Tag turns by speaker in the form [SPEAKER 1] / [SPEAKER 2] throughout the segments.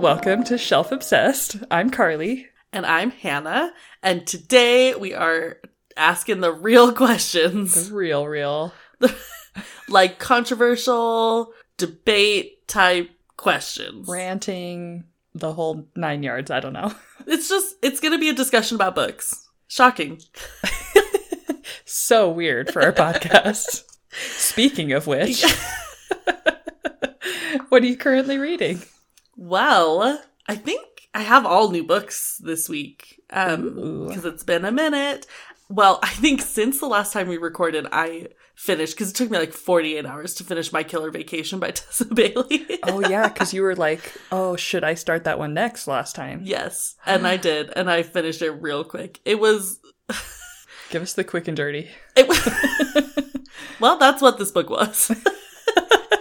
[SPEAKER 1] welcome to Shelf Obsessed. I'm Carly.
[SPEAKER 2] And I'm Hannah. And today we are asking the real questions
[SPEAKER 1] The real, real.
[SPEAKER 2] like controversial debate type questions.
[SPEAKER 1] Ranting the whole nine yards. I don't know.
[SPEAKER 2] It's just, it's going to be a discussion about books. Shocking.
[SPEAKER 1] So weird for our podcast. Speaking of which, what are you currently reading?
[SPEAKER 2] Well, I think I have all new books this week
[SPEAKER 1] Ooh.
[SPEAKER 2] because it's been a minute. Well, I think since the last time we recorded, I finished because it took me like 48 hours to finish My Killer Vacation by Tessa Bailey.
[SPEAKER 1] Oh, yeah, because you were like, oh, should I start that one next last time?
[SPEAKER 2] Yes, and I did, and I finished it real quick. It was
[SPEAKER 1] Give us the quick and dirty.
[SPEAKER 2] it was Well, that's what this book was.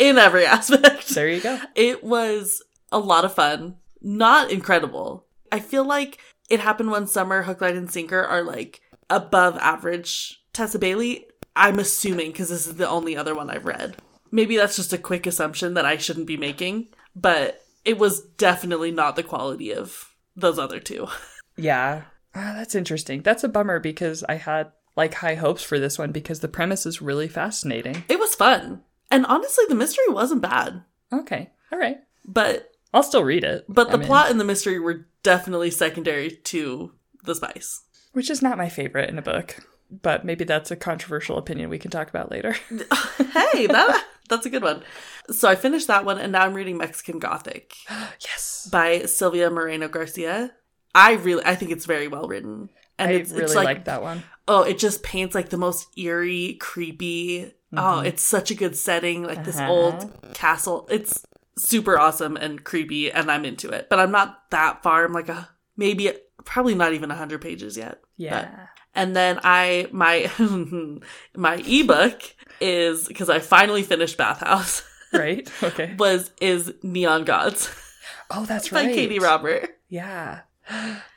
[SPEAKER 2] In every aspect.
[SPEAKER 1] There you go.
[SPEAKER 2] It was a lot of fun. Not incredible. I feel like it happened one summer, Hook, Line, and Sinker are like above average. Tessa Bailey, I'm assuming, because this is the only other one I've read. Maybe that's just a quick assumption that I shouldn't be making, but it was definitely not the quality of those other two.
[SPEAKER 1] Yeah. Ah, that's interesting. That's a bummer because I had like high hopes for this one because the premise is really fascinating.
[SPEAKER 2] It was fun. And honestly, the mystery wasn't bad.
[SPEAKER 1] Okay. All right.
[SPEAKER 2] But
[SPEAKER 1] I'll still read it.
[SPEAKER 2] but the
[SPEAKER 1] I'm in.
[SPEAKER 2] plot and the mystery were definitely secondary to the spice.
[SPEAKER 1] which is not my favorite in a book, but maybe that's a controversial opinion we can talk about later.
[SPEAKER 2] hey, that that's a good one. So I finished that one and now I'm reading Mexican Gothic
[SPEAKER 1] yes.
[SPEAKER 2] by Sylvia Moreno Garcia. I really I think it's very well written. And
[SPEAKER 1] I
[SPEAKER 2] it's,
[SPEAKER 1] really
[SPEAKER 2] it's
[SPEAKER 1] like,
[SPEAKER 2] like,
[SPEAKER 1] that one.
[SPEAKER 2] oh, it just paints like the most eerie, creepy. Oh,
[SPEAKER 1] Mhm.
[SPEAKER 2] it's such a good setting, like this
[SPEAKER 1] Uh-huh.
[SPEAKER 2] old castle. It's super awesome and creepy, and I'm into it. But I'm not that far. I'm like a maybe, probably not even hundred pages yet.
[SPEAKER 1] Yeah.
[SPEAKER 2] And then I my my ebook is because I finally finished Bathhouse
[SPEAKER 1] right? Okay.
[SPEAKER 2] was is Neon Gods
[SPEAKER 1] Oh, that's
[SPEAKER 2] by
[SPEAKER 1] right.
[SPEAKER 2] Katie Robert.
[SPEAKER 1] Yeah.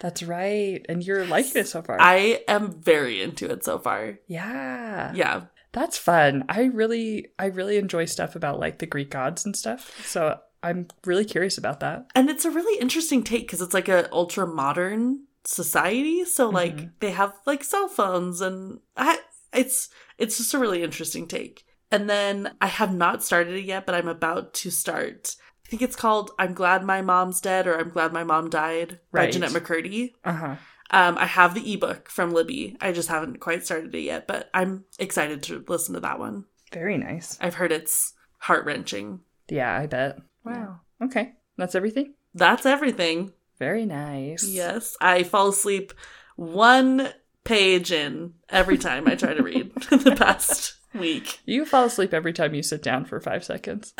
[SPEAKER 1] That's right. And you're liking it so far.
[SPEAKER 2] I am very into it so far.
[SPEAKER 1] yeah.
[SPEAKER 2] Yeah,
[SPEAKER 1] That's fun. I really I really enjoy stuff about like the Greek gods and stuff. So I'm really curious about that.
[SPEAKER 2] and it's a really interesting take because it's like a ultra modern society so like
[SPEAKER 1] Mhm.
[SPEAKER 2] they have like cell phones and I, it's it's just a really interesting take and then i have not started it yet but i'm about to start i think it's called i'm glad my mom's dead or i'm glad my mom died by
[SPEAKER 1] Right.
[SPEAKER 2] jeanette mccurdy
[SPEAKER 1] Uh-huh.
[SPEAKER 2] um, i have the ebook from libby i just haven't quite started it yet but i'm excited to listen to that one
[SPEAKER 1] Very nice.
[SPEAKER 2] i've heard it's heart-wrenching
[SPEAKER 1] Yeah, I bet. Wow. Okay. That's everything?
[SPEAKER 2] that's everything
[SPEAKER 1] Very nice.
[SPEAKER 2] Yes, I fall asleep one page in every time I try to read the past week.
[SPEAKER 1] You fall asleep every time you sit down for five seconds.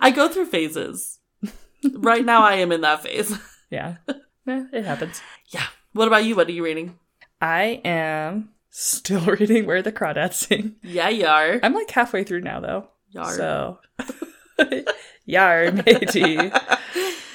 [SPEAKER 2] I go through phases. Right now, I am in that phase.
[SPEAKER 1] Yeah. Eh, it happens.
[SPEAKER 2] What about you? What are you reading?
[SPEAKER 1] I am still reading Where the Crawdads Sing.
[SPEAKER 2] Yeah, yar.
[SPEAKER 1] I'm like halfway through now, though.
[SPEAKER 2] Yar.
[SPEAKER 1] So, yar, matey.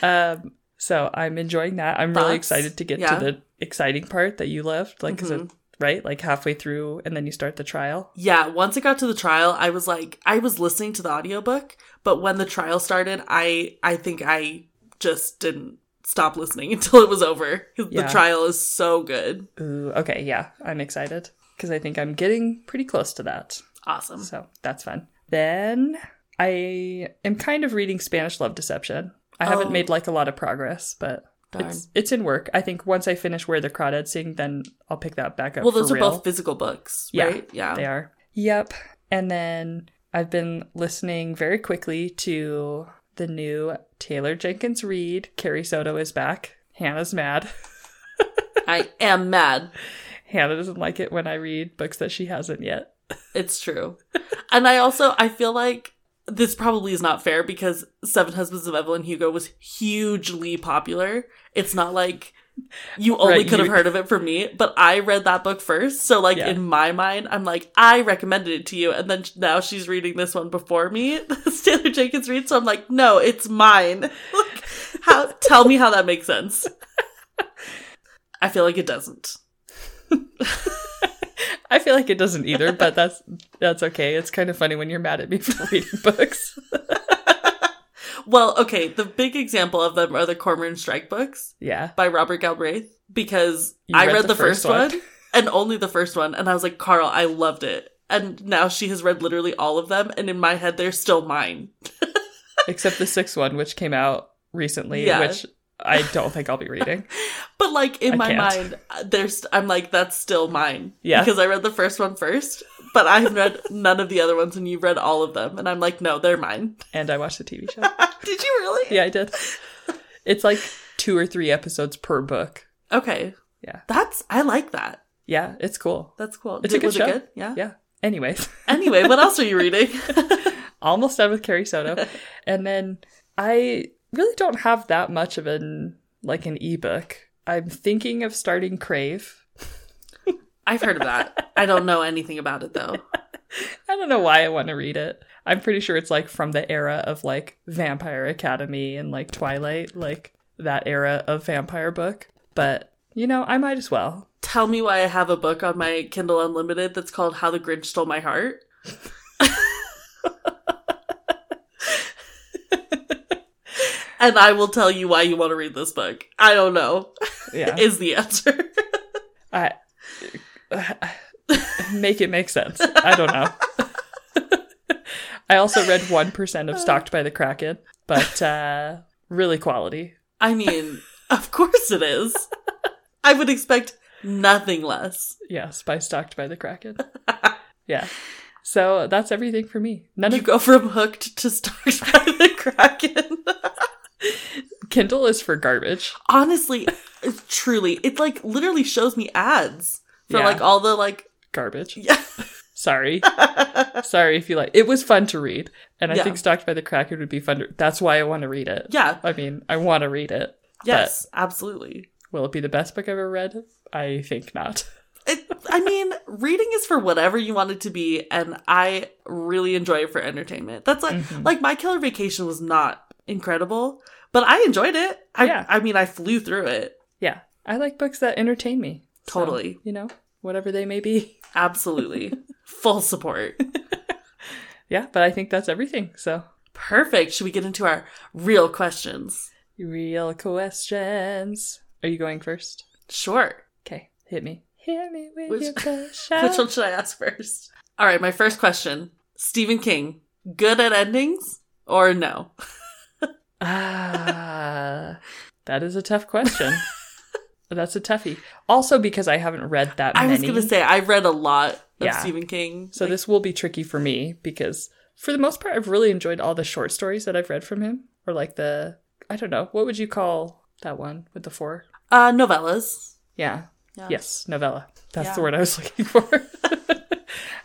[SPEAKER 1] Um, so I'm enjoying that. I'm really
[SPEAKER 2] Thoughts?
[SPEAKER 1] excited to get
[SPEAKER 2] Yeah. Mm-hmm.
[SPEAKER 1] to the exciting part that you loved. Like, 'cause it- right? Like halfway through, and then you start the trial.
[SPEAKER 2] yeah, once it got to the trial, I was like, I was listening to the audiobook, but when the trial started, I I think I just didn't stop listening until it was over.
[SPEAKER 1] Yeah.
[SPEAKER 2] The trial is so good.
[SPEAKER 1] Ooh, okay. Yeah. I'm excited because I think I'm getting pretty close to that.
[SPEAKER 2] Awesome.
[SPEAKER 1] So that's fun. Then I am kind of reading Spanish Love Deception. I
[SPEAKER 2] Oh.
[SPEAKER 1] haven't made like a lot of progress, but
[SPEAKER 2] Darn.
[SPEAKER 1] it's it's in work. I think once I finish Where the Crawdads Sing, then I'll pick that back up.
[SPEAKER 2] Well,
[SPEAKER 1] for
[SPEAKER 2] those are
[SPEAKER 1] real.
[SPEAKER 2] both physical books,
[SPEAKER 1] Yeah,
[SPEAKER 2] right? Yeah.
[SPEAKER 1] They are. Yep. And then I've been listening very quickly to the new Taylor Jenkins Reid. Carrie Soto is back. Hannah's mad.
[SPEAKER 2] I am mad.
[SPEAKER 1] Hannah doesn't like it when I read books that she hasn't yet.
[SPEAKER 2] It's true. And I also I feel like this probably is not fair because Seven Husbands of Evelyn Hugo was hugely popular. It's not like you only
[SPEAKER 1] Right,
[SPEAKER 2] could have
[SPEAKER 1] you-
[SPEAKER 2] heard of it from me, but I read that book first. So like
[SPEAKER 1] Yeah.
[SPEAKER 2] in my mind, I'm like I recommended it to you and then now she's reading this one before me. That's Taylor Jenkins read, so I'm like, "No, it's mine." like how tell me how that makes sense. I feel like it doesn't.
[SPEAKER 1] I feel like it doesn't either, but that's that's okay. It's kind of funny when you're mad at me for reading books.
[SPEAKER 2] Well, okay, the big example of them are the Cormoran Strike books
[SPEAKER 1] Yeah.
[SPEAKER 2] by Robert Galbraith because
[SPEAKER 1] You
[SPEAKER 2] I read, the, first, one. and only the first one and I was like, "Carl, I loved it." And now she has read literally all of them and in my head they're still mine.
[SPEAKER 1] Except the sixth one, which came out recently,
[SPEAKER 2] Yeah.
[SPEAKER 1] which I don't think I'll be reading.
[SPEAKER 2] But like in
[SPEAKER 1] I
[SPEAKER 2] my
[SPEAKER 1] can't.
[SPEAKER 2] mind, there's I'm like that's still mine.
[SPEAKER 1] Yeah.
[SPEAKER 2] Because I read the first one first, but I've read none of the other ones, and you've read all of them, and I'm like, no, they're mine.
[SPEAKER 1] And I watched the TV show.
[SPEAKER 2] Did you really?
[SPEAKER 1] Yeah, I did. It's like two or three episodes per book.
[SPEAKER 2] Okay.
[SPEAKER 1] Yeah.
[SPEAKER 2] That's I like that.
[SPEAKER 1] Yeah, it's cool.
[SPEAKER 2] That's cool.
[SPEAKER 1] It's a good
[SPEAKER 2] was
[SPEAKER 1] show.
[SPEAKER 2] it good? Yeah.
[SPEAKER 1] Yeah. Anyways,
[SPEAKER 2] Anyway, what else are you reading?
[SPEAKER 1] almost done with Carrie Soto. And then I really don't have that much of an like an ebook. I'm thinking of starting Crave.
[SPEAKER 2] I've heard of that. I don't know anything about it though.
[SPEAKER 1] I don't know why I want to read it. I'm pretty sure it's like from the era of like Vampire Academy and like Twilight, like that era of vampire book. But, you know, I might as well.
[SPEAKER 2] Tell me why I have a book on my Kindle Unlimited that's called How the Grinch Stole My Heart. and I will tell you why you want to read this book. I don't know.
[SPEAKER 1] Yeah.
[SPEAKER 2] Is the answer.
[SPEAKER 1] I make it make sense. I don't know. I also read one percent of Stalked by the Kraken, but uh, really quality.
[SPEAKER 2] I mean, of course it is. I would expect nothing less.
[SPEAKER 1] Yes, by Stalked by the Kraken. Yeah. So that's everything for me. None
[SPEAKER 2] You
[SPEAKER 1] of
[SPEAKER 2] go from hooked to stalked by the Kraken.
[SPEAKER 1] Kindle is for garbage.
[SPEAKER 2] Honestly, truly, it like literally shows me ads for
[SPEAKER 1] Yeah.
[SPEAKER 2] like all the like
[SPEAKER 1] Garbage.
[SPEAKER 2] Yeah.
[SPEAKER 1] Sorry. Sorry if you like. It was fun to read, and I
[SPEAKER 2] Yeah.
[SPEAKER 1] think Stalked by the Kraken would be fun. To- that's why I want to read it.
[SPEAKER 2] yeah.
[SPEAKER 1] I mean, I want to read it.
[SPEAKER 2] Yes, absolutely.
[SPEAKER 1] Will it be the best book I've ever read? I think not.
[SPEAKER 2] It, I mean, reading is for whatever you want it to be, and I really enjoy it for entertainment. That's like,
[SPEAKER 1] Mhm.
[SPEAKER 2] like my killer vacation was not incredible, but I enjoyed it. I,
[SPEAKER 1] Yeah.
[SPEAKER 2] I mean, I flew through it.
[SPEAKER 1] Yeah. I like books that entertain me. So,
[SPEAKER 2] Totally.
[SPEAKER 1] you know, whatever they may be.
[SPEAKER 2] Absolutely. Full support.
[SPEAKER 1] Yeah, but I think that's everything. So,
[SPEAKER 2] Perfect. Should we get into our real questions?
[SPEAKER 1] real questions. Are you going first?
[SPEAKER 2] Sure.
[SPEAKER 1] Okay, hit me. Hit me with
[SPEAKER 2] Which-
[SPEAKER 1] your best
[SPEAKER 2] Which
[SPEAKER 1] shot.
[SPEAKER 2] one should I ask first? All right, my first question Stephen King, good at endings or no?
[SPEAKER 1] Ah, that is a tough question. that's a toughie. Also, because I haven't read that
[SPEAKER 2] I
[SPEAKER 1] many.
[SPEAKER 2] was going to say, I've read a lot of
[SPEAKER 1] Yeah.
[SPEAKER 2] Stephen King.
[SPEAKER 1] So, this will be tricky for me because, for the most part, I've really enjoyed all the short stories that I've read from him, or like the, I don't know, what would you call that one with the four?
[SPEAKER 2] Uh, novellas.
[SPEAKER 1] Yeah.
[SPEAKER 2] Yeah.
[SPEAKER 1] Yes, novella. That's the
[SPEAKER 2] Uh, Yeah.
[SPEAKER 1] word I was looking for.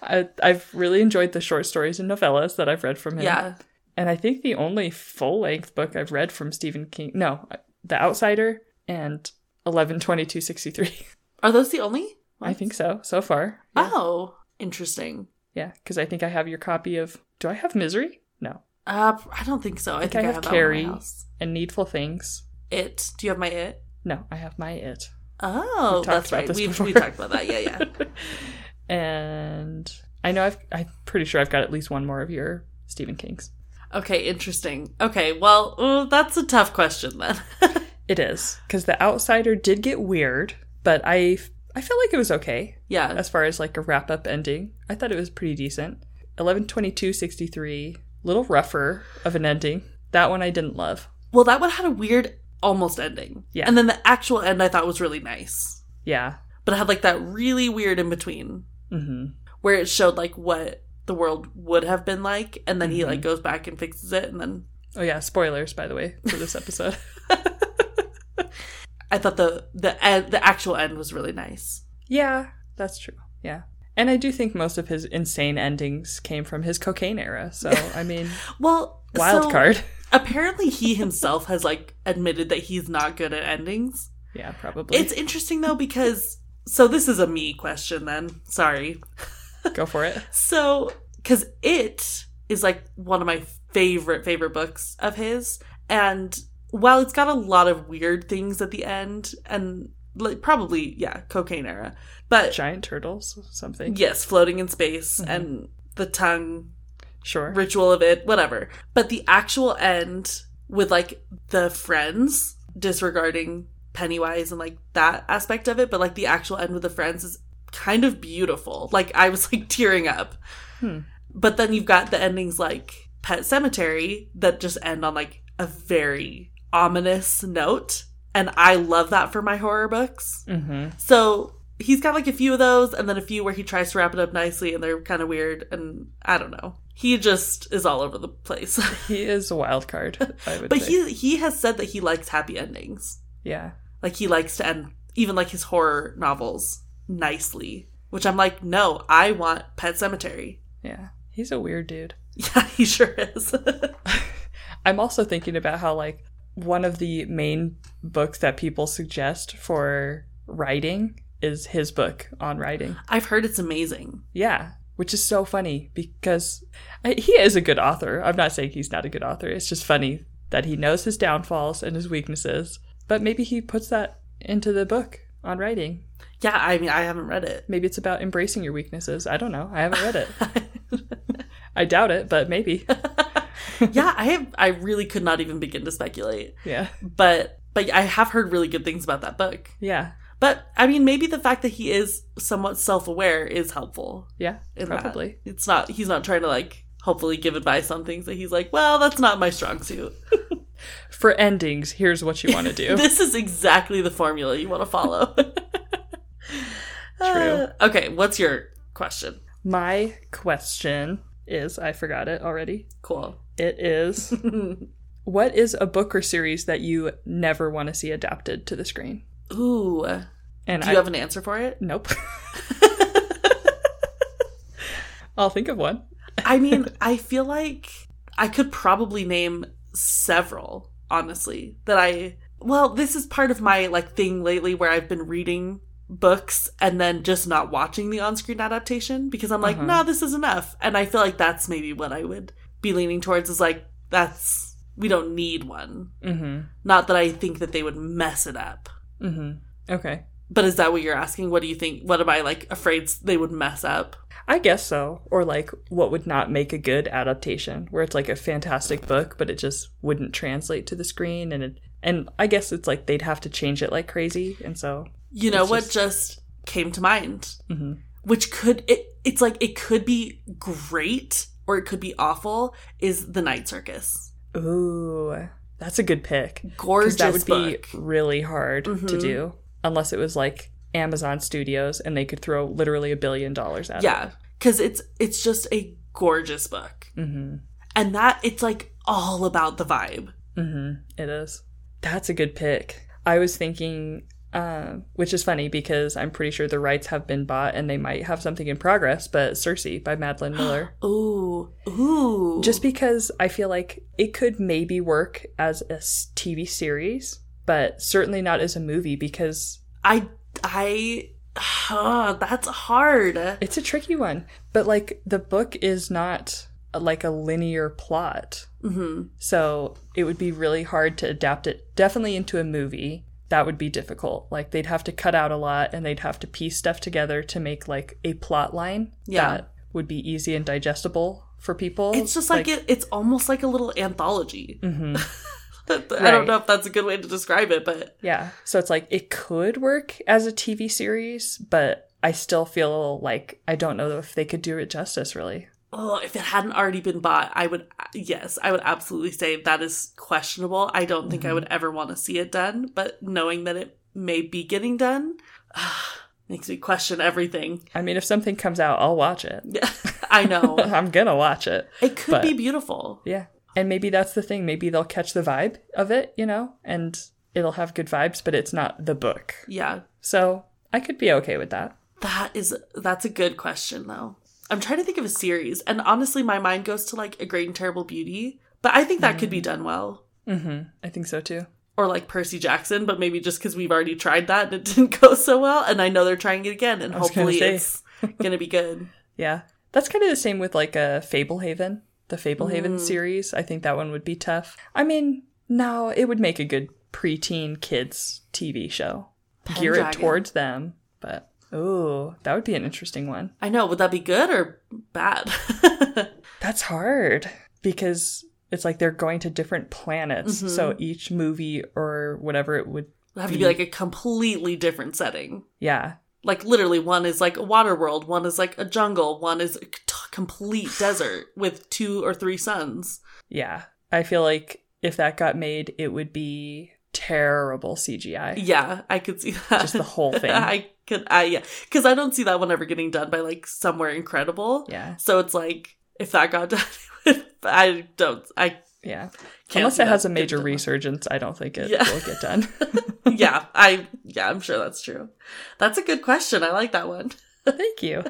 [SPEAKER 1] I, I've really enjoyed the short stories and novellas that I've read from him.
[SPEAKER 2] Yeah.
[SPEAKER 1] And I think the only full length book I've read from Stephen King, no, The Outsider and 112263.
[SPEAKER 2] Are those the only?
[SPEAKER 1] I think so, so far. Yeah.
[SPEAKER 2] Oh, interesting.
[SPEAKER 1] Yeah, because I think I have your copy of, do I have Misery? No.
[SPEAKER 2] Uh, I don't think so. I think, I have, Carrie.
[SPEAKER 1] And Needful Things?
[SPEAKER 2] It. Do you have my it?
[SPEAKER 1] No, I have my It.
[SPEAKER 2] Oh,
[SPEAKER 1] We've talked
[SPEAKER 2] that's
[SPEAKER 1] about
[SPEAKER 2] right.
[SPEAKER 1] this
[SPEAKER 2] We
[SPEAKER 1] before.
[SPEAKER 2] we talked about that. Yeah, yeah.
[SPEAKER 1] And I know I've, I'm pretty sure I've got at least one more of your Stephen King's.
[SPEAKER 2] Okay, interesting. Okay, well, uh, that's a tough question then.
[SPEAKER 1] It is because the outsider did get weird, but I I felt like it was okay
[SPEAKER 2] yeah.
[SPEAKER 1] as far as like a wrap up ending. I thought it was pretty decent. Eleven twenty two sixty three, little rougher of an ending. That one I didn't love.
[SPEAKER 2] Well, that one had a weird almost ending.
[SPEAKER 1] Yeah.
[SPEAKER 2] And then the actual end I thought was really nice,
[SPEAKER 1] Yeah.
[SPEAKER 2] but it had like that really weird in between
[SPEAKER 1] hmm
[SPEAKER 2] where it showed like what the world would have been like, and then he
[SPEAKER 1] Mhm.
[SPEAKER 2] like goes back and fixes it, and then
[SPEAKER 1] Oh yeah. Spoilers by the way for this episode.
[SPEAKER 2] I thought the the end, the actual end was really nice.
[SPEAKER 1] yeah, that's true. Yeah. And I do think most of his insane endings came from his cocaine era. So I mean,
[SPEAKER 2] Well,
[SPEAKER 1] wild
[SPEAKER 2] so
[SPEAKER 1] card.
[SPEAKER 2] Apparently, he himself has like admitted that he's not good at endings.
[SPEAKER 1] Yeah, probably.
[SPEAKER 2] It's interesting though because so this is a me question. Then sorry.
[SPEAKER 1] Go for it.
[SPEAKER 2] So because it is like one of my favorite favorite books of his, and while it's got a lot of weird things at the end, and like probably yeah, cocaine era, but
[SPEAKER 1] Giant turtles, something.
[SPEAKER 2] yes, floating in space
[SPEAKER 1] Mhm.
[SPEAKER 2] and the tongue
[SPEAKER 1] Sure.
[SPEAKER 2] ritual of it, whatever. But the actual end with like the friends disregarding Pennywise and like that aspect of it, but like the actual end with the friends is kind of beautiful. Like I was like tearing up.
[SPEAKER 1] Hmm.
[SPEAKER 2] But then you've got the endings like Pet Cemetery that just end on like a very ominous note. And I love that for my horror books.
[SPEAKER 1] Mm-hmm.
[SPEAKER 2] So he's got like a few of those and then a few where he tries to wrap it up nicely and they're kind of weird and I don't know. He just is all over the place.
[SPEAKER 1] He is a wild card. I would
[SPEAKER 2] but
[SPEAKER 1] say.
[SPEAKER 2] he he has said that he likes happy endings.
[SPEAKER 1] yeah.
[SPEAKER 2] Like he likes to end even like his horror novels nicely, which I'm like, "No, I want Pet Cemetery."
[SPEAKER 1] Yeah. He's a weird dude.
[SPEAKER 2] Yeah, he sure is.
[SPEAKER 1] I'm also thinking about how like one of the main books that people suggest for writing is his book on writing.
[SPEAKER 2] I've heard it's amazing.
[SPEAKER 1] Yeah, which is so funny because I, he is a good author. I'm not saying he's not a good author. It's just funny that he knows his downfalls and his weaknesses, but maybe he puts that into the book on writing.
[SPEAKER 2] Yeah, I mean, I haven't read it.
[SPEAKER 1] Maybe it's about embracing your weaknesses. I don't know. I haven't read it. I doubt it, but maybe.
[SPEAKER 2] yeah, I have I really could not even begin to speculate.
[SPEAKER 1] Yeah.
[SPEAKER 2] But but I have heard really good things about that book.
[SPEAKER 1] Yeah.
[SPEAKER 2] But I mean, maybe the fact that he is somewhat self-aware is helpful.
[SPEAKER 1] Yeah.
[SPEAKER 2] In that.
[SPEAKER 1] Probably.
[SPEAKER 2] It's not he's not trying to like hopefully give advice on things that he's like, well, that's not my strong suit.
[SPEAKER 1] For endings, here's what you want to do.
[SPEAKER 2] this is exactly the formula you want to follow. Uh, okay, what's your question?
[SPEAKER 1] My question is I forgot it already.
[SPEAKER 2] Cool.
[SPEAKER 1] It is what is a book or series that you never want to see adapted to the screen?
[SPEAKER 2] Ooh.
[SPEAKER 1] And
[SPEAKER 2] Do
[SPEAKER 1] I
[SPEAKER 2] you have an answer for it?
[SPEAKER 1] nope. I'll think of one.
[SPEAKER 2] I mean, I feel like I could probably name several, honestly, that I well, this is part of my like thing lately where I've been reading books and then just not watching the on-screen adaptation because I'm like,
[SPEAKER 1] Uh-huh.
[SPEAKER 2] no, this is enough. And I feel like that's maybe what I would be leaning towards is like that's we don't need one.
[SPEAKER 1] Mm-hmm.
[SPEAKER 2] Not that I think that they would mess it up.
[SPEAKER 1] Mm-hmm. Okay.
[SPEAKER 2] But is that what you're asking? What do you think? What am I like afraid they would mess up?
[SPEAKER 1] I guess so. Or like what would not make a good adaptation where it's like a fantastic book but it just wouldn't translate to the screen and it and I guess it's like they'd have to change it like crazy and so
[SPEAKER 2] You know
[SPEAKER 1] It's
[SPEAKER 2] what
[SPEAKER 1] just-
[SPEAKER 2] just came to mind?
[SPEAKER 1] hmm
[SPEAKER 2] which could it it's like it could be great or it could be awful is the night circus
[SPEAKER 1] Ooh. That's a good pick.
[SPEAKER 2] gorgeous
[SPEAKER 1] because that would
[SPEAKER 2] book.
[SPEAKER 1] be really hard to
[SPEAKER 2] Mhm.
[SPEAKER 1] do unless it was like Amazon Studios and they could throw literally a billion dollars at
[SPEAKER 2] yeah because it's it's just a gorgeous book
[SPEAKER 1] it. Mm-hmm.
[SPEAKER 2] and that it's like all about the vibe
[SPEAKER 1] Mm-hmm. It is. That's a good pick. I was thinking, um, which is funny because I'm pretty sure the rights have been bought and they might have something in progress, but Circe by Madeline Miller.
[SPEAKER 2] ooh ooh
[SPEAKER 1] Just because I feel like it could maybe work as a s- TV series, but certainly not as a movie because
[SPEAKER 2] i i huh, that's hard
[SPEAKER 1] It's a tricky one, but like the book is not uh, like a linear plot.
[SPEAKER 2] hmm
[SPEAKER 1] So it would be really hard to adapt it definitely into a movie. That would be difficult. Like they'd have to cut out a lot and they'd have to piece stuff together to make like a plot line
[SPEAKER 2] Yeah.
[SPEAKER 1] that would be easy and digestible for people.
[SPEAKER 2] it's just like, it, it's almost like a little anthology
[SPEAKER 1] Mhm.
[SPEAKER 2] i
[SPEAKER 1] Right.
[SPEAKER 2] don't know if that's a good way to describe it but
[SPEAKER 1] Yeah. So it's like it could work as a TV series, but I still feel like I don't know if they could do it justice really.
[SPEAKER 2] Oh, if it hadn't already been bought, I would, yes, I would absolutely say that is questionable. I don't think I
[SPEAKER 1] Mhm.
[SPEAKER 2] would ever want to see it done, but knowing that it may be getting done makes me question everything.
[SPEAKER 1] I mean, if something comes out, I'll watch it.
[SPEAKER 2] Yeah, I know.
[SPEAKER 1] I'm gonna watch it.
[SPEAKER 2] It could
[SPEAKER 1] But-
[SPEAKER 2] be beautiful.
[SPEAKER 1] Yeah. And maybe that's the thing. Maybe they'll catch the vibe of it, you know, and it'll have good vibes, but it's not the book.
[SPEAKER 2] Yeah,
[SPEAKER 1] So I could be okay with that.
[SPEAKER 2] that is, that's a good question though. I'm trying to think of a series, and honestly, my mind goes to like A Great and Terrible Beauty, but I think that could be done well.
[SPEAKER 1] hmm I think so too.
[SPEAKER 2] Or like Percy Jackson, but maybe just because we've already tried that and it didn't go so well, and I know they're trying it again, and
[SPEAKER 1] I was gonna
[SPEAKER 2] hopefully
[SPEAKER 1] say.
[SPEAKER 2] it's gonna be good.
[SPEAKER 1] Yeah. That's kind of the same with like a Fablehaven, the Fablehaven
[SPEAKER 2] Mm.
[SPEAKER 1] series. I think that one would be tough. I mean, no, it would make a good preteen kids TV show. Gear it
[SPEAKER 2] Pendragon.
[SPEAKER 1] towards them, but ooh, that would be an interesting one.
[SPEAKER 2] I know. Would that be good or bad?
[SPEAKER 1] That's hard because it's like they're going to different planets.
[SPEAKER 2] Mhm.
[SPEAKER 1] So each movie or whatever it would,
[SPEAKER 2] It'd have to be like a completely different setting.
[SPEAKER 1] yeah,
[SPEAKER 2] Like literally, one is like a water world, one is like a jungle, one is a c- t- complete desert with two or three suns.
[SPEAKER 1] yeah. I feel like if that got made, it would be terrible CGI.
[SPEAKER 2] Yeah, I could see that.
[SPEAKER 1] Just the whole thing.
[SPEAKER 2] I could, I yeah, because I don't see that one ever getting done by like somewhere incredible.
[SPEAKER 1] Yeah,
[SPEAKER 2] So it's like if that got done, I don't, I
[SPEAKER 1] yeah.
[SPEAKER 2] can't.
[SPEAKER 1] Unless
[SPEAKER 2] see
[SPEAKER 1] it
[SPEAKER 2] that
[SPEAKER 1] has a
[SPEAKER 2] getting
[SPEAKER 1] major
[SPEAKER 2] done.
[SPEAKER 1] resurgence, I don't think it
[SPEAKER 2] Yeah.
[SPEAKER 1] will get done.
[SPEAKER 2] yeah, I yeah, I'm sure that's true. That's a good question. I like that one.
[SPEAKER 1] Thank you.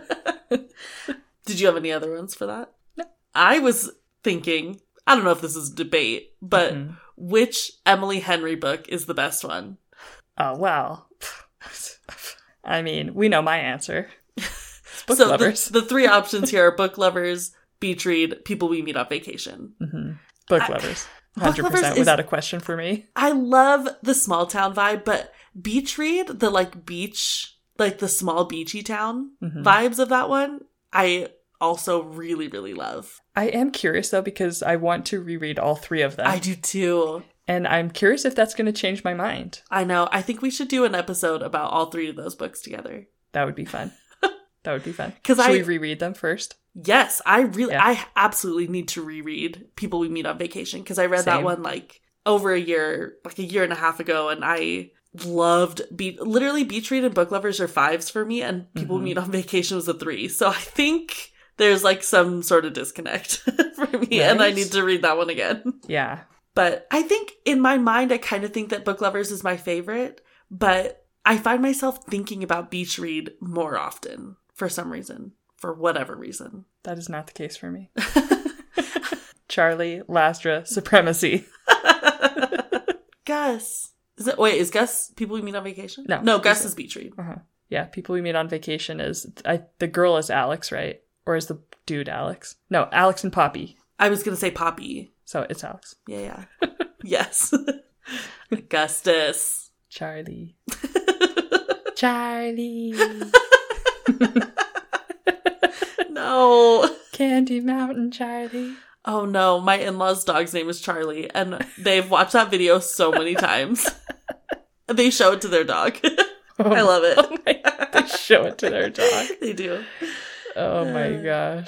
[SPEAKER 2] Did you have any other ones for that?
[SPEAKER 1] No.
[SPEAKER 2] I was thinking, I don't know if this is a debate, but
[SPEAKER 1] Mhm.
[SPEAKER 2] which Emily Henry book is the best one?
[SPEAKER 1] oh well. I mean, we know my answer. It's book
[SPEAKER 2] so
[SPEAKER 1] lovers.
[SPEAKER 2] The, the three options here are book lovers, beach read, people we meet on vacation.
[SPEAKER 1] hmm Book
[SPEAKER 2] I-
[SPEAKER 1] lovers.
[SPEAKER 2] Book
[SPEAKER 1] 100%
[SPEAKER 2] lovers is-
[SPEAKER 1] without a question for me.
[SPEAKER 2] I love the small town vibe, but beach read, the like beach, like the small beachy town
[SPEAKER 1] Mhm.
[SPEAKER 2] vibes of that one, I also really, really love.
[SPEAKER 1] I am curious though because I want to reread all three of them.
[SPEAKER 2] I do too.
[SPEAKER 1] And I'm curious if that's going to change my mind.
[SPEAKER 2] I know. I think we should do an episode about all three of those books together.
[SPEAKER 1] That would be fun. that would be fun.
[SPEAKER 2] 'Cause
[SPEAKER 1] Should
[SPEAKER 2] I-
[SPEAKER 1] we reread them first?
[SPEAKER 2] Yes, I really,
[SPEAKER 1] Yeah.
[SPEAKER 2] I absolutely need to reread People We Meet on Vacation because I read that
[SPEAKER 1] Same.
[SPEAKER 2] one like over a year, like a year and a half ago, and I loved Be- literally Beach Read and Book Lovers are fives for me, and People
[SPEAKER 1] Mhm.
[SPEAKER 2] We Meet on Vacation was a three. So I think there's like some sort of disconnect for me, and I
[SPEAKER 1] Right?
[SPEAKER 2] need to read that one again.
[SPEAKER 1] Yeah.
[SPEAKER 2] But I think in my mind, I kind of think that Book Lovers is my favorite, but I find myself thinking about Beach Read more often for some reason, for whatever reason.
[SPEAKER 1] That is not the case for me. Charlie, Lastra, Supremacy.
[SPEAKER 2] Gus. Is it wait, is Gus people we meet on vacation?
[SPEAKER 1] No.
[SPEAKER 2] No, Gus is beach read.
[SPEAKER 1] Yeah, people we meet on vacation is I, the girl is Alex, right? Or is the dude Alex? No, Alex and Poppy.
[SPEAKER 2] I was gonna say Poppy.
[SPEAKER 1] So it's Alex.
[SPEAKER 2] Yeah, yeah. yes. Augustus.
[SPEAKER 1] Charlie. Charlie.
[SPEAKER 2] no.
[SPEAKER 1] Candy Mountain Charlie.
[SPEAKER 2] Oh no, my in-laws' dog's name is Charlie, and they've watched that video so many times. they show it to their dog. I love it.
[SPEAKER 1] Oh my They show it to their dog.
[SPEAKER 2] they do.
[SPEAKER 1] Oh my gosh.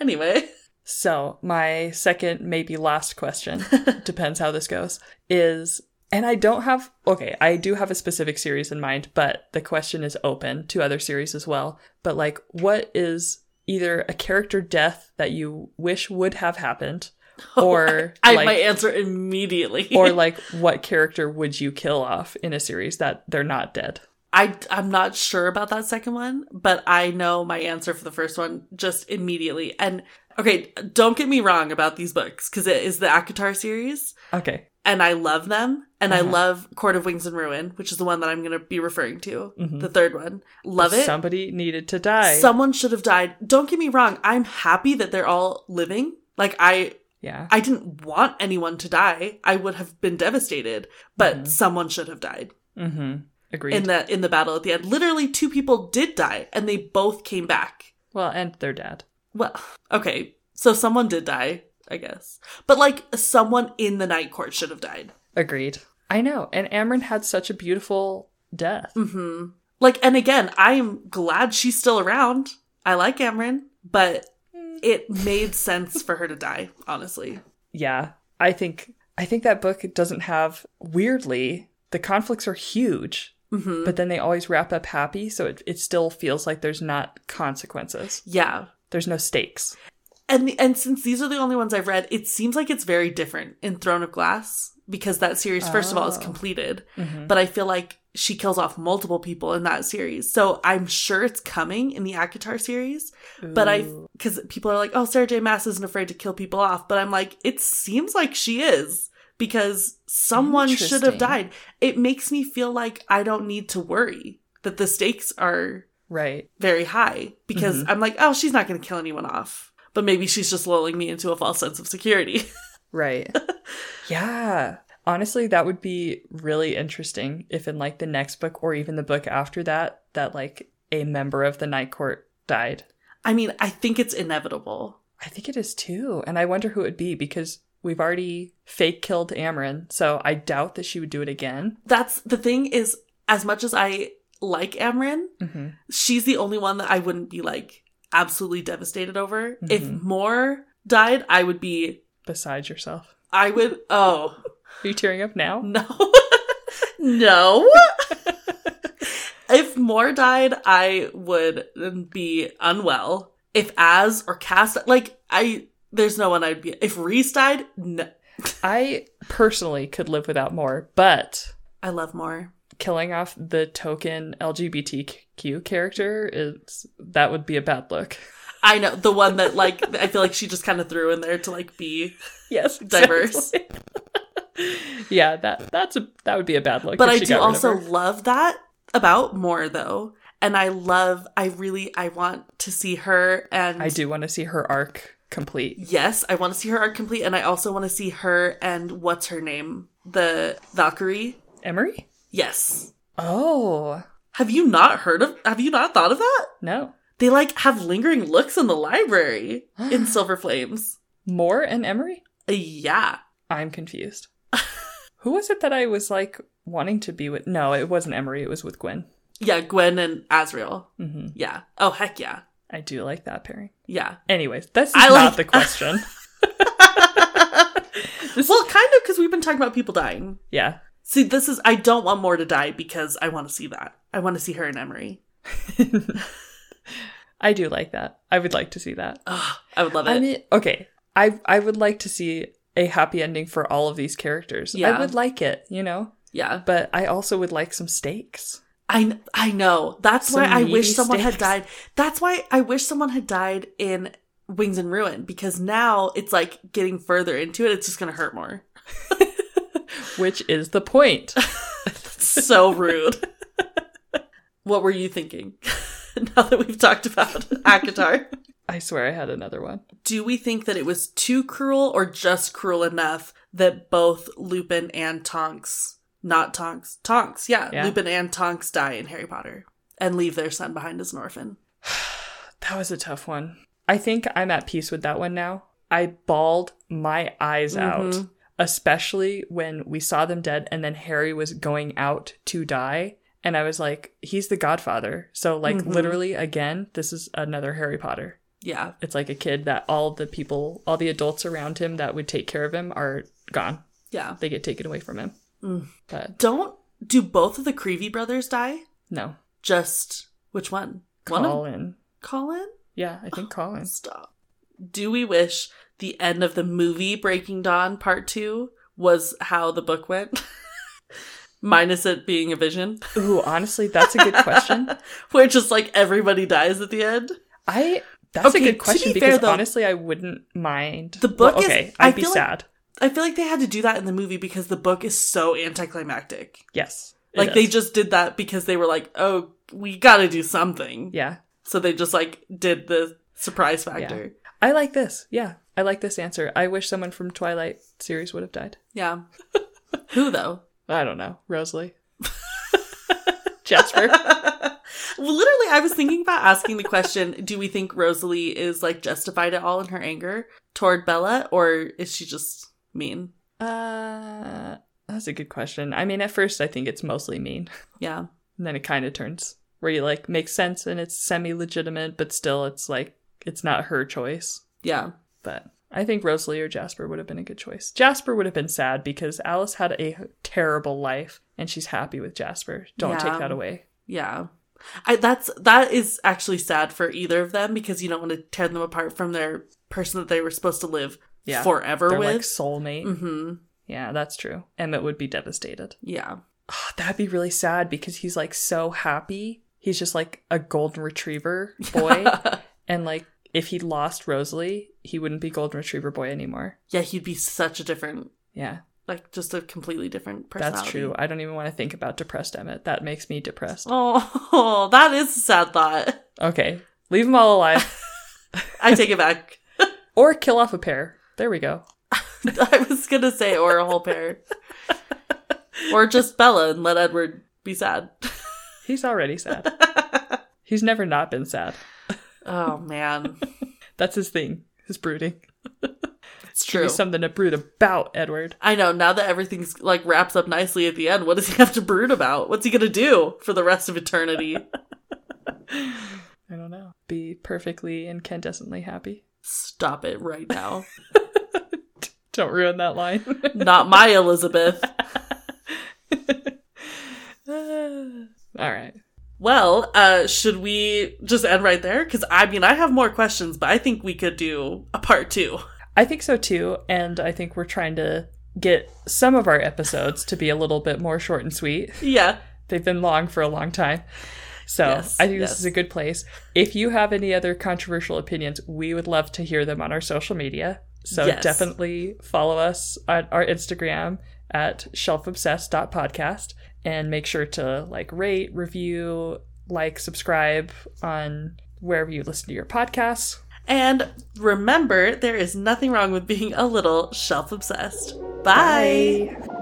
[SPEAKER 2] Anyway.
[SPEAKER 1] So, my second, maybe last question, depends how this goes, is and I don't have, okay, I do have a specific series in mind, but the question is open to other series as well. But, like, what is either a character death that you wish would have happened, or
[SPEAKER 2] Oh, I
[SPEAKER 1] like,
[SPEAKER 2] might answer immediately.
[SPEAKER 1] or like what character would you kill off in a series that they're not dead?
[SPEAKER 2] I I'm not sure about that second one, but I know my answer for the first one just immediately. And okay, don't get me wrong about these books because it is the Akatar series,
[SPEAKER 1] Okay.
[SPEAKER 2] and I love them, and I
[SPEAKER 1] Uh-huh.
[SPEAKER 2] love Court of Wings and Ruin, which is the one that I'm going to be referring to,
[SPEAKER 1] Mhm.
[SPEAKER 2] the third one. Love it.
[SPEAKER 1] Somebody needed to die.
[SPEAKER 2] Someone should have died. Don't get me wrong. I'm happy that they're all living. Like I
[SPEAKER 1] yeah.
[SPEAKER 2] I didn't want anyone to die. I would have been devastated, but
[SPEAKER 1] Mhm.
[SPEAKER 2] someone should have died.
[SPEAKER 1] Mm-hmm. Agreed.
[SPEAKER 2] in the in the battle at the end. Literally, two people did die, and they both came back.
[SPEAKER 1] well, and their dad.
[SPEAKER 2] Well, okay, so someone did die, I guess, but like someone in the night court should have died.
[SPEAKER 1] Agreed. I know. And Amryn had such a beautiful death.
[SPEAKER 2] hmm Like, and again, I am glad she's still around. I like Amryn, but it made sense for her to die. Honestly,
[SPEAKER 1] Yeah. I think I think that book doesn't have weirdly the conflicts are huge,
[SPEAKER 2] hmm
[SPEAKER 1] but then they always wrap up happy, so it, it still feels like there's not consequences.
[SPEAKER 2] yeah.
[SPEAKER 1] There's no stakes.
[SPEAKER 2] And and since these are the only ones I've read, it seems like it's very different in Throne of Glass because that series, first of all, is
[SPEAKER 1] Oh.
[SPEAKER 2] completed.
[SPEAKER 1] Mm-hmm.
[SPEAKER 2] but I feel like she kills off multiple people in that series. So I'm sure it's coming in the Akatar series, but I because people are like, "Oh, Sarah J. Mass isn't afraid to kill people off," but I'm like, it seems like she is because someone should have
[SPEAKER 1] Interesting.
[SPEAKER 2] died. It makes me feel like I don't need to worry that the stakes are
[SPEAKER 1] right.
[SPEAKER 2] very high because I'm like, "Oh, she's not going to kill anyone off." But maybe she's just lulling me into a false sense of security.
[SPEAKER 1] Right. yeah. Honestly, that would be really interesting if in like the next book or even the book after that, that like a member of the Night Court died.
[SPEAKER 2] I mean, I think it's inevitable.
[SPEAKER 1] I think it is too. And I wonder who it would be because We've already fake killed Amarin, so I doubt that she would do it again.
[SPEAKER 2] That's the thing is, as much as I like Amryn,
[SPEAKER 1] Mm-hmm.
[SPEAKER 2] she's the only one that I wouldn't be like absolutely devastated over. If
[SPEAKER 1] Mhm.
[SPEAKER 2] more died, I would be,
[SPEAKER 1] Besides yourself.
[SPEAKER 2] I would, oh,
[SPEAKER 1] Are you tearing up now?
[SPEAKER 2] no. no. if more died, I would be unwell. If As or Cast, like, I, there's no one I'd be, if Reese died, no.
[SPEAKER 1] I personally could live without more, but
[SPEAKER 2] I love more.
[SPEAKER 1] killing off the token LGBTQ character is that would be a bad look.
[SPEAKER 2] I know the one that like I feel like she just kind of threw in there to like be,
[SPEAKER 1] Yes,
[SPEAKER 2] Diverse.
[SPEAKER 1] exactly. yeah, that that's a that would be a bad look.
[SPEAKER 2] but
[SPEAKER 1] if
[SPEAKER 2] I
[SPEAKER 1] she
[SPEAKER 2] do
[SPEAKER 1] got rid of
[SPEAKER 2] also
[SPEAKER 1] her.
[SPEAKER 2] love that about more though, and I love I really I want to see her and
[SPEAKER 1] I do want to see her arc complete.
[SPEAKER 2] yes I want to see her art complete and I also want to see her and what's her name the Valkyrie
[SPEAKER 1] Emery?
[SPEAKER 2] yes
[SPEAKER 1] Oh
[SPEAKER 2] have you not heard of have you not thought of that
[SPEAKER 1] no,
[SPEAKER 2] they like have lingering looks in the library in Silver Flames
[SPEAKER 1] Moore and Emery.
[SPEAKER 2] yeah
[SPEAKER 1] I'm confused. Who was it that I was like wanting to be with? No, it wasn't Emery. It was with Gwen.
[SPEAKER 2] yeah Gwen and Azrael
[SPEAKER 1] hmm
[SPEAKER 2] yeah oh heck yeah
[SPEAKER 1] I do like that pairing.
[SPEAKER 2] yeah
[SPEAKER 1] Anyways, that's
[SPEAKER 2] I
[SPEAKER 1] not
[SPEAKER 2] like-
[SPEAKER 1] the question.
[SPEAKER 2] well, kind of because we've been talking about people dying.
[SPEAKER 1] yeah.
[SPEAKER 2] See, this is I don't want more to die because I want to see that. I want to see her and Emery.
[SPEAKER 1] I do like that. I would like to see that.
[SPEAKER 2] Ugh, I would love it.
[SPEAKER 1] I mean, okay. I I would like to see a happy ending for all of these characters. I
[SPEAKER 2] Yeah.
[SPEAKER 1] would like it, you know.
[SPEAKER 2] yeah,
[SPEAKER 1] But I also would like some stakes.
[SPEAKER 2] I kn- I know. That's why
[SPEAKER 1] Some
[SPEAKER 2] I wish
[SPEAKER 1] meaty
[SPEAKER 2] someone had
[SPEAKER 1] stakes.
[SPEAKER 2] died. That's why I wish someone had died in Wings and Ruin because now it's like getting further into it. It's just gonna hurt more.
[SPEAKER 1] Which is the point.
[SPEAKER 2] so rude. what were you thinking? now that we've talked about Akatar.
[SPEAKER 1] I swear I had another one.
[SPEAKER 2] do we think that it was too cruel or just cruel enough that both Lupin and Tonks, not Tonks, Tonks, yeah,
[SPEAKER 1] Yeah.
[SPEAKER 2] Lupin and Tonks die in Harry Potter and leave their son behind as an orphan?
[SPEAKER 1] That was a tough one. I think I'm at peace with that one now. I bawled my eyes out,
[SPEAKER 2] Mhm.
[SPEAKER 1] especially when we saw them dead and then Harry was going out to die. And I was like, he's the godfather. So, like,
[SPEAKER 2] Mhm.
[SPEAKER 1] literally, again, this is another Harry Potter.
[SPEAKER 2] Yeah,
[SPEAKER 1] It's like a kid that all the people, all the adults around him that would take care of him are gone.
[SPEAKER 2] yeah.
[SPEAKER 1] They get taken away from him.
[SPEAKER 2] Mm.
[SPEAKER 1] But
[SPEAKER 2] Don't do both of the Creevy brothers die?
[SPEAKER 1] no,
[SPEAKER 2] Just which one? One of
[SPEAKER 1] Colin.
[SPEAKER 2] Colin?
[SPEAKER 1] Yeah, I think Colin.
[SPEAKER 2] Stop. Do we wish the end of the movie Breaking Dawn Part Two was how the book went? Minus it being a vision.
[SPEAKER 1] Ooh, honestly, that's a good question.
[SPEAKER 2] Where just like everybody dies at the end.
[SPEAKER 1] I that's
[SPEAKER 2] Okay,
[SPEAKER 1] a
[SPEAKER 2] to
[SPEAKER 1] good question
[SPEAKER 2] be
[SPEAKER 1] because
[SPEAKER 2] fair, though,
[SPEAKER 1] honestly, I wouldn't mind
[SPEAKER 2] the book is-
[SPEAKER 1] okay,
[SPEAKER 2] I
[SPEAKER 1] I'd be
[SPEAKER 2] feel like-
[SPEAKER 1] sad.
[SPEAKER 2] I feel like they had to do that in the movie because the book is so anticlimactic.
[SPEAKER 1] yes, it
[SPEAKER 2] Like they
[SPEAKER 1] is.
[SPEAKER 2] just did that because they were like, "Oh, we got to do something."
[SPEAKER 1] yeah.
[SPEAKER 2] So they just like did the surprise factor.
[SPEAKER 1] I like this. Yeah, I like this answer. I wish someone from Twilight series would have died.
[SPEAKER 2] Yeah. Who though?
[SPEAKER 1] I don't know, Rosalie, Jasper.
[SPEAKER 2] well, literally, I was thinking about asking the question: Do we think Rosalie is like justified at all in her anger toward Bella, or is she just mean?
[SPEAKER 1] Uh, that's a good question. I mean, at first, I think it's mostly mean,
[SPEAKER 2] Yeah.
[SPEAKER 1] and then it kind of turns where you like makes sense and it's semi legitimate, but still, it's like it's not her choice.
[SPEAKER 2] Yeah.
[SPEAKER 1] But I think Rosalie or Jasper would have been a good choice. Jasper would have been sad because Alice had a terrible life and she's happy with Jasper. Don't
[SPEAKER 2] Yeah.
[SPEAKER 1] take that away.
[SPEAKER 2] Yeah. I that's that is actually sad for either of them because you don't want to tear them apart from their person that they were supposed to live
[SPEAKER 1] Yeah.
[SPEAKER 2] forever
[SPEAKER 1] They're like
[SPEAKER 2] with.
[SPEAKER 1] soulmate.
[SPEAKER 2] mhm.
[SPEAKER 1] Yeah, that's true. Emmett would be devastated.
[SPEAKER 2] Yeah.
[SPEAKER 1] Ah, that'd be really sad because he's like so happy. He's just like a golden retriever boy. and like if he lost Rosalie, he wouldn't be golden retriever boy anymore.
[SPEAKER 2] yeah, he'd be such a different
[SPEAKER 1] Yeah,
[SPEAKER 2] like just a completely different personality.
[SPEAKER 1] that's true. I don't even want to think about depressed Emmett. That makes me depressed.
[SPEAKER 2] Oh, that is a sad thought.
[SPEAKER 1] Okay, leave them all alive.
[SPEAKER 2] I take it back.
[SPEAKER 1] Or kill off a pair. There we go.
[SPEAKER 2] I was gonna say or a whole pair. or just Bella and let Edward be sad.
[SPEAKER 1] He's already sad. He's never not been sad.
[SPEAKER 2] oh man.
[SPEAKER 1] That's his thing, his brooding.
[SPEAKER 2] It's
[SPEAKER 1] Give
[SPEAKER 2] True.
[SPEAKER 1] me something to brood about, Edward.
[SPEAKER 2] I know, now that everything's like wraps up nicely at the end, what does he have to brood about? What's he gonna do for the rest of eternity?
[SPEAKER 1] I don't know. Be perfectly incandescently happy.
[SPEAKER 2] Stop it right now.
[SPEAKER 1] Don't ruin that line.
[SPEAKER 2] Not my Elizabeth.
[SPEAKER 1] All right.
[SPEAKER 2] Well, uh, should we just end right there? Because I mean, I have more questions, but I think we could do a part two.
[SPEAKER 1] I think so too. And I think we're trying to get some of our episodes to be a little bit more short and sweet.
[SPEAKER 2] Yeah.
[SPEAKER 1] They've been long for a long time. So
[SPEAKER 2] Yes,
[SPEAKER 1] I think
[SPEAKER 2] yes.
[SPEAKER 1] this is a good place. If you have any other controversial opinions, we would love to hear them on our social media. So
[SPEAKER 2] Yes.
[SPEAKER 1] definitely follow us on our Instagram at shelfobsessed.podcast and make sure to like rate, review, like, subscribe on wherever you listen to your podcasts.
[SPEAKER 2] And remember, there is nothing wrong with being a little shelf obsessed. Bye.
[SPEAKER 1] Bye.